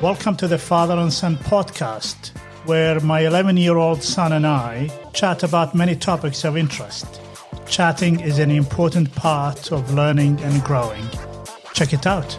Welcome to the Father and Son podcast, where my 11 year old son and I chat about many topics of interest. Chatting is an important part of learning and growing. Check it out.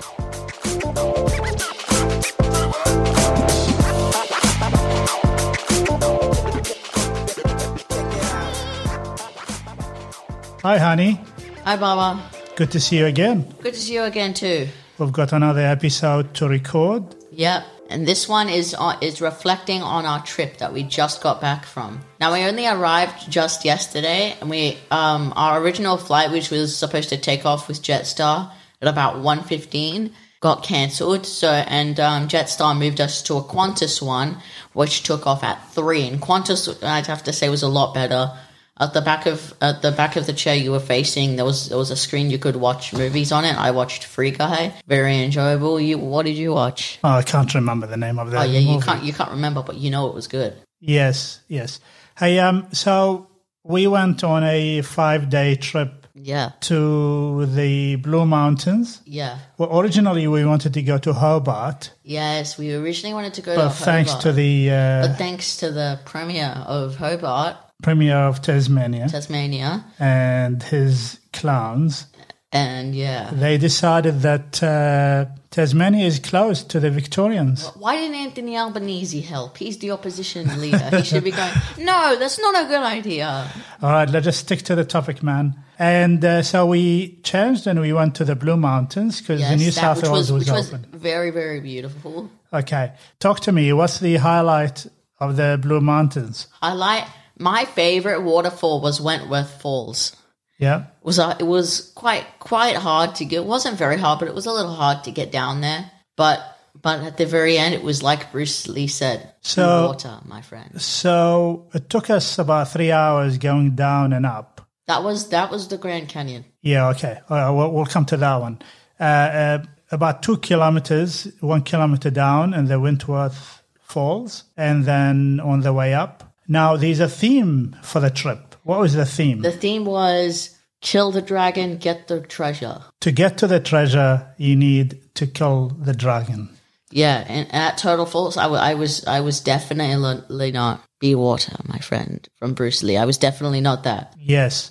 Hi, honey. Hi, Mama. Good to see you again. Good to see you again, too. We've got another episode to record. Yep. And this one is on, is reflecting on our trip that we just got back from. Now we only arrived just yesterday, and we um, our original flight, which was supposed to take off with Jetstar at about 1.15, got cancelled. So and um, Jetstar moved us to a Qantas one, which took off at three. And Qantas, I'd have to say, was a lot better. At the back of at the back of the chair you were facing, there was there was a screen you could watch movies on it. I watched Free Guy, very enjoyable. You, what did you watch? Oh, I can't remember the name of that. Oh yeah, you movie. can't you can't remember, but you know it was good. Yes, yes. Hey, um, so we went on a five day trip Yeah, to the Blue Mountains. yeah, Well, originally we wanted to go to Hobart, yes. We originally wanted to go but to Hobart, thanks to the uh, but thanks to the premier of Hobart, Premier of Tasmania Tasmania, and his clowns, and yeah. they decided that uh, Tasmania is closed to the Victorians. Why didn't Anthony Albanese help? He's the opposition leader. He should be going. No, that's not a good idea. All right, let's just stick to the topic, man. And uh, so we changed and we went to the Blue Mountains because the New that- South Wales was, which was open. very very beautiful. Okay, talk to me. What's the highlight of the Blue Mountains? I like my favorite waterfall was Wentworth Falls. Yeah, was uh, it was quite quite hard to get. It wasn't very hard, but it was a little hard to get down there. But but at the very end, it was like Bruce Lee said, So- "Blue water, my friend." so it took us about three hours going down and up. That was that was the Grand Canyon. Yeah, okay, All right, we'll, we'll come to that one. Uh, uh, about two kilometers, one kilometer down, and the Wentworth Falls, and then on the way up. Now, there's a theme for the trip. What was the theme? The theme was kill the dragon, get the treasure. to get to the treasure, you need to kill the dragon. Yeah, and at Turtle Falls, I, w- I was I was definitely not be water, my friend, from Bruce Lee. I was definitely not that. Yes.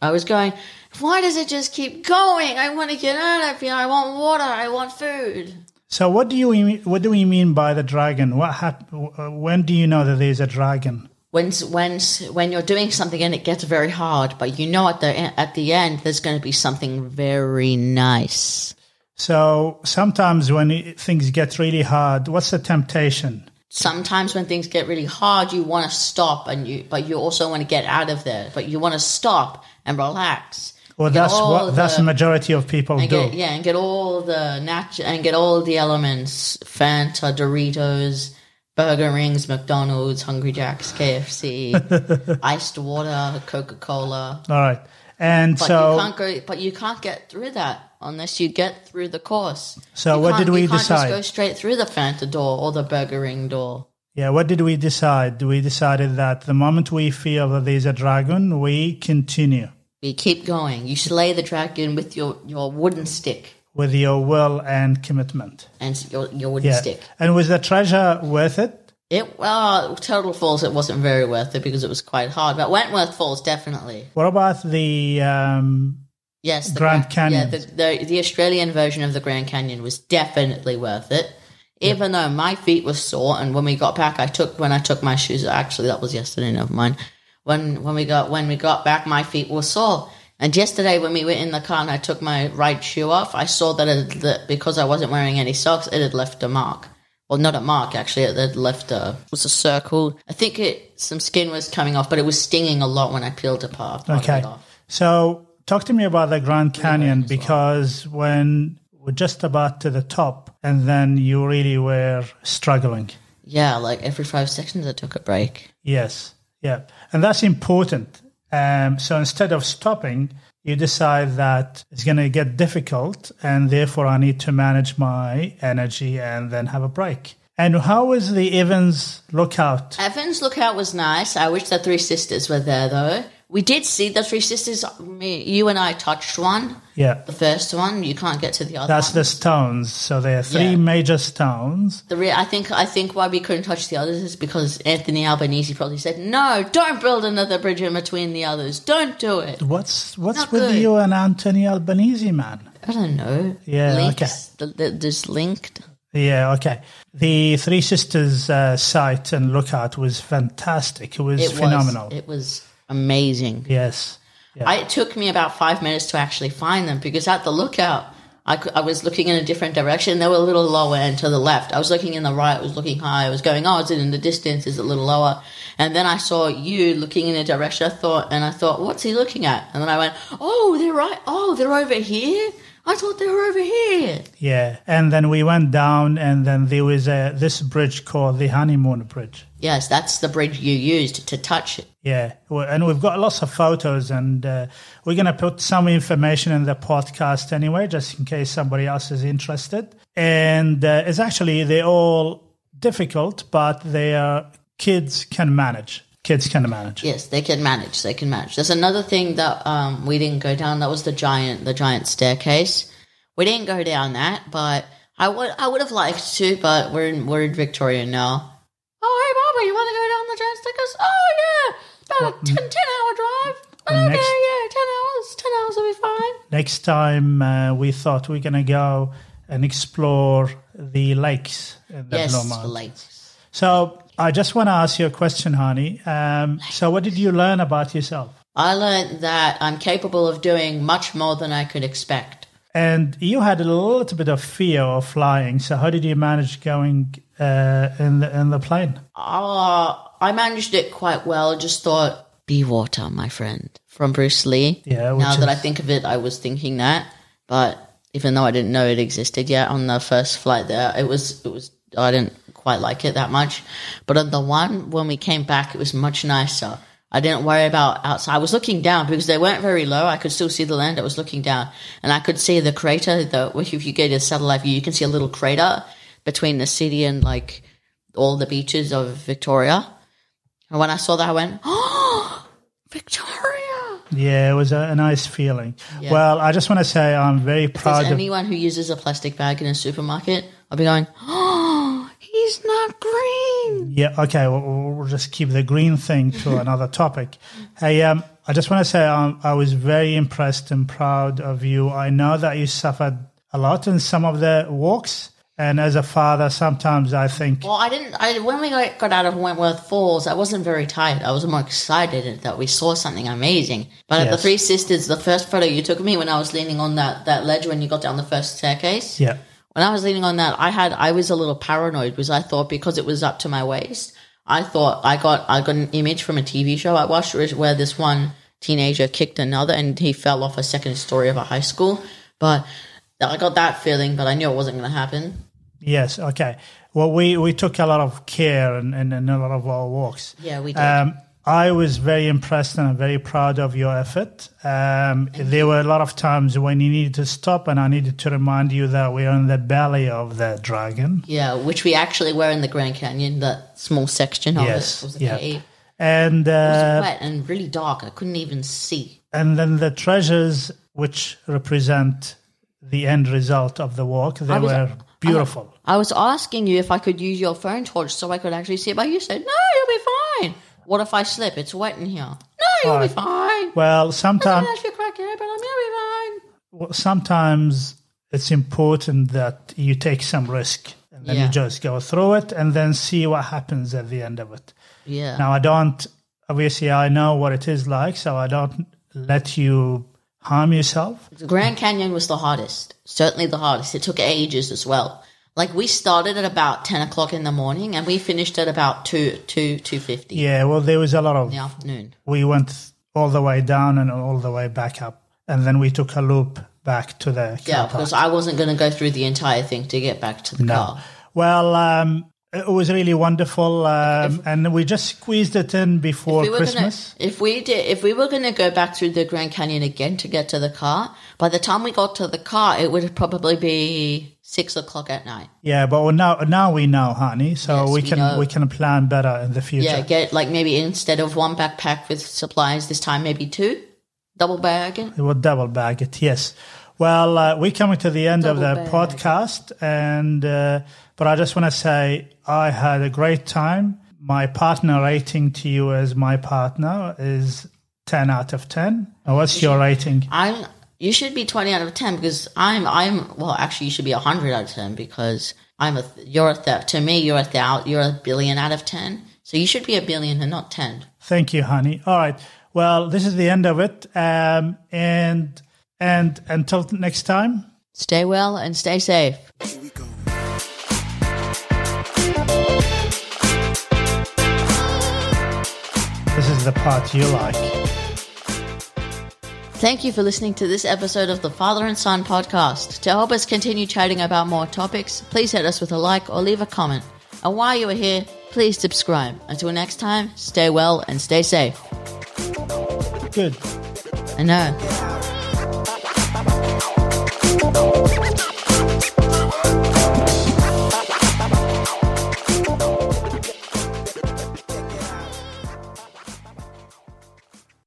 I was going. Why does it just keep going? I want to get out of here. I want water. I want food. So what do you what do we mean by the dragon? What hap- uh, when do you know that there's a dragon? when when when you're doing something and it gets very hard, but you know at the at the end there's going to be something very nice. So sometimes when it- things get really hard, what's the temptation? Sometimes when things get really hard, you want to stop and you but you also want to get out of there, but you want to stop and relax. Well, Get that's all what that's the oh, the- majority of people do. and get, yeah, and get all the nat- and get all the elements: Fanta, Doritos, burger rings, McDonald's, Hungry Jack's, KFC, iced water, Coca Cola. All right, and But you so can't go. But you can't get through that unless you get through the course. So You what can't- did we you can't decide? Just go straight through the Fanta door or the Burger Ring door. yeah, what did we decide? We decided that the moment we feel that there's a dragon, we continue You keep going. You slay the dragon with your your wooden stick with your will and commitment. and s- your your wooden Yeah, stick. and was the treasure worth it? It well, Turtle Falls. It wasn't very worth it because it was quite hard. But Wentworth Falls definitely. What about the um, Yes, the Grand Gra- Canyon. Yeah, the, the the Australian version of the Grand Canyon was definitely worth it. Even though my feet were sore, and when we got back, I took when I took my shoes. Actually, that was yesterday. Never mind. When when we got when we got back, my feet were sore. And yesterday, when we were in the car and I took my right shoe off, I saw that, it, that because I wasn't wearing any socks, it had left a mark. Well, not a mark actually. It had left a it was a circle. I think it some skin was coming off, but it was stinging a lot when I peeled a part. part of Okay. it off. So talk to me about the Grand Canyon because when we're just about to the top and then you really were struggling. Yeah, like every five seconds I took a break. Yes. Yeah. And that's important. Um, so instead of stopping, you decide that it's going to get difficult and therefore I need to manage my energy and then have a break. And how was the Evans lookout? Uh, Evans Lookout was nice. I wish the Three Sisters were there though. We did see the Three Sisters. Me, you and I touched one, Yeah. the first one. You can't get to the other. That's one. the stones. So there are three Yeah. major stones. The re- I think I think why we couldn't touch the others is because Anthony Albanese probably said, "No, don't build another bridge in between the others. Don't do it." What's what's Not with good. you and Anthony Albanese, man? I don't know. Yeah, links. The, the, just linked. Yeah, okay. The Three Sisters uh, site and lookout was fantastic. It was It phenomenal. was. It was amazing. yes. Yeah. I, it took me about five minutes to actually find them because at the lookout, I, cou- I was looking in a different direction. They were a little lower and to the left. I was looking in the right. I was looking high. I was going, oh, is it in the distance? Is it a little lower? And then I saw you looking in a direction. I thought, and I thought, what's he looking at? And then I went, oh, they're right. Oh, they're over here. I thought they were over here. yeah. And then we went down, and then there was a, this bridge called the Honeymoon Bridge. Yes, that's the bridge you used to touch it. Yeah, well, and we've got lots of photos, and uh, we're going to put some information in the podcast anyway, just in case somebody else is interested. And uh, it's actually they're all difficult, but they are kids can manage. Kids can manage. Yes, they can manage. They can manage. There's another thing that um, we didn't go down. That was the giant, the giant staircase. We didn't go down that, but I would, I would have liked to. But we're in, we're in Victoria now. Oh, hey, Barbara, you want to go down the giant staircase? Oh yeah, about a 10, 10 hour drive. But Well, okay, next- yeah, ten hours. Ten hours will be fine. Next time, uh, we thought we're going to go and explore the lakes in the Blue Yes, Mountains. late. So I just want to ask you a question, honey. Um, so, what did you learn about yourself? I learned that I'm capable of doing much more than I could expect. And you had a little bit of fear of flying. So how did you manage going uh, in the in the plane? Uh, I managed it quite well. Just thought, be water, my friend, from Bruce Lee. Yeah, which Now that I is- think of it, I was thinking that, but even though I didn't know it existed yet on the first flight there, it was it was I didn't quite like it that much. But on the one when we came back, it was much nicer. I didn't worry about outside. I was looking down because they weren't very low. I could still see the land. I was looking down, and I could see the crater. The if you get a satellite view, you can see a little crater between the city and like all the beaches of Victoria. And when I saw that, I went, "Oh, Victoria!" Yeah, it was a, a nice feeling. Yeah. Well, I just want to say I'm very There's proud of. anyone who uses a plastic bag in a supermarket, I'll be going, "Oh, he's not green." Yeah, okay, we'll- we'll, we'll just keep the green thing to another topic. Hey, um, I just want to say um, I was very impressed and proud of you. I know that you suffered a lot in some of the walks, and as a father, sometimes I think Well, I didn't. I when we got, got out of Wentworth Falls, I wasn't very tired. I was more excited that we saw something amazing. But at the Yes. Three Sisters, the first photo you took of me when I was leaning on that that ledge when you got down the first staircase. yeah, when I was leaning on that, I had I was a little paranoid because I thought because it was up to my waist, I thought I got I got an image from a TV show I watched where- where this one teenager kicked another and he fell off a second story of a high school. But I got that feeling, but I knew it wasn't going to happen. Yes. Okay. Well, we, we took a lot of care and in, in a lot of our walks. Yeah, we did. Um, I was very impressed and I'm very proud of your effort. Um, there were a lot of times when you needed to stop, and I needed to remind you that we are in the belly of the dragon. Yeah, which we actually were in the Grand Canyon, that small section of yes. Oh, it was a yeah. cave. And It was uh, wet and really dark. I couldn't even see. and then the treasures, which represent the end result of the walk, they I was- were beautiful. I was asking you if I could use your phone torch so I could actually see it, but you said, no, you'll be fine. What if I slip? It's wet in here. No, you'll Alright. be fine. well, I'm sometimes actually crack here, but I'm going to be fine. well, sometimes it's important that you take some risk and then you Yeah. just go through it and then see what happens at the end of it. Yeah. Now, I don't, obviously, I know what it is like, so I don't let you harm yourself. The Grand Canyon was the hardest. Certainly the hardest. It took ages as well. Like we started at about 10 o'clock in the morning and we finished at about 2, 2, 2.50 Yeah, well, there was a lot of, in the afternoon. we went all the way down and all the way back up, and then we took a loop back to the car Yeah, park. because I wasn't going to go through the entire thing to get back to the car. Well, um, It was really wonderful, um, and we just squeezed it in before we were Christmas. Gonna, if we did, if we were going to go back through the Grand Canyon again to get to the car, by the time we got to the car, it would probably be six o'clock at night. Yeah, but we're now now we know, honey. So Yes, we we can know. we can plan better in the future. Yeah, get like maybe instead of one backpack with supplies this time, maybe two, double bag. it. It will double bag it. Yes. Well, uh, we're coming to the end of the Double bag. podcast, and uh, but I just want to say I had a great time. My partner rating to you as my partner is ten out of ten. Now, What's your rating? I'm. You should be twenty out of ten because I'm. I'm. Well, actually, you should be hundred out of ten because I'm a. You're a. Th- to me, you're a. Thou- you're a billion out of ten. So you should be a billion and not ten. Thank you, honey. All right. Well, this is the end of it, um, and and until next time. Stay well and stay safe. Here we go. This is the part you like. Thank you for listening to this episode of the Father and Son podcast. To help us continue chatting about more topics, please hit us with a like or leave a comment. And while you are here, please subscribe. Until next time, stay well and stay safe. Good. I know.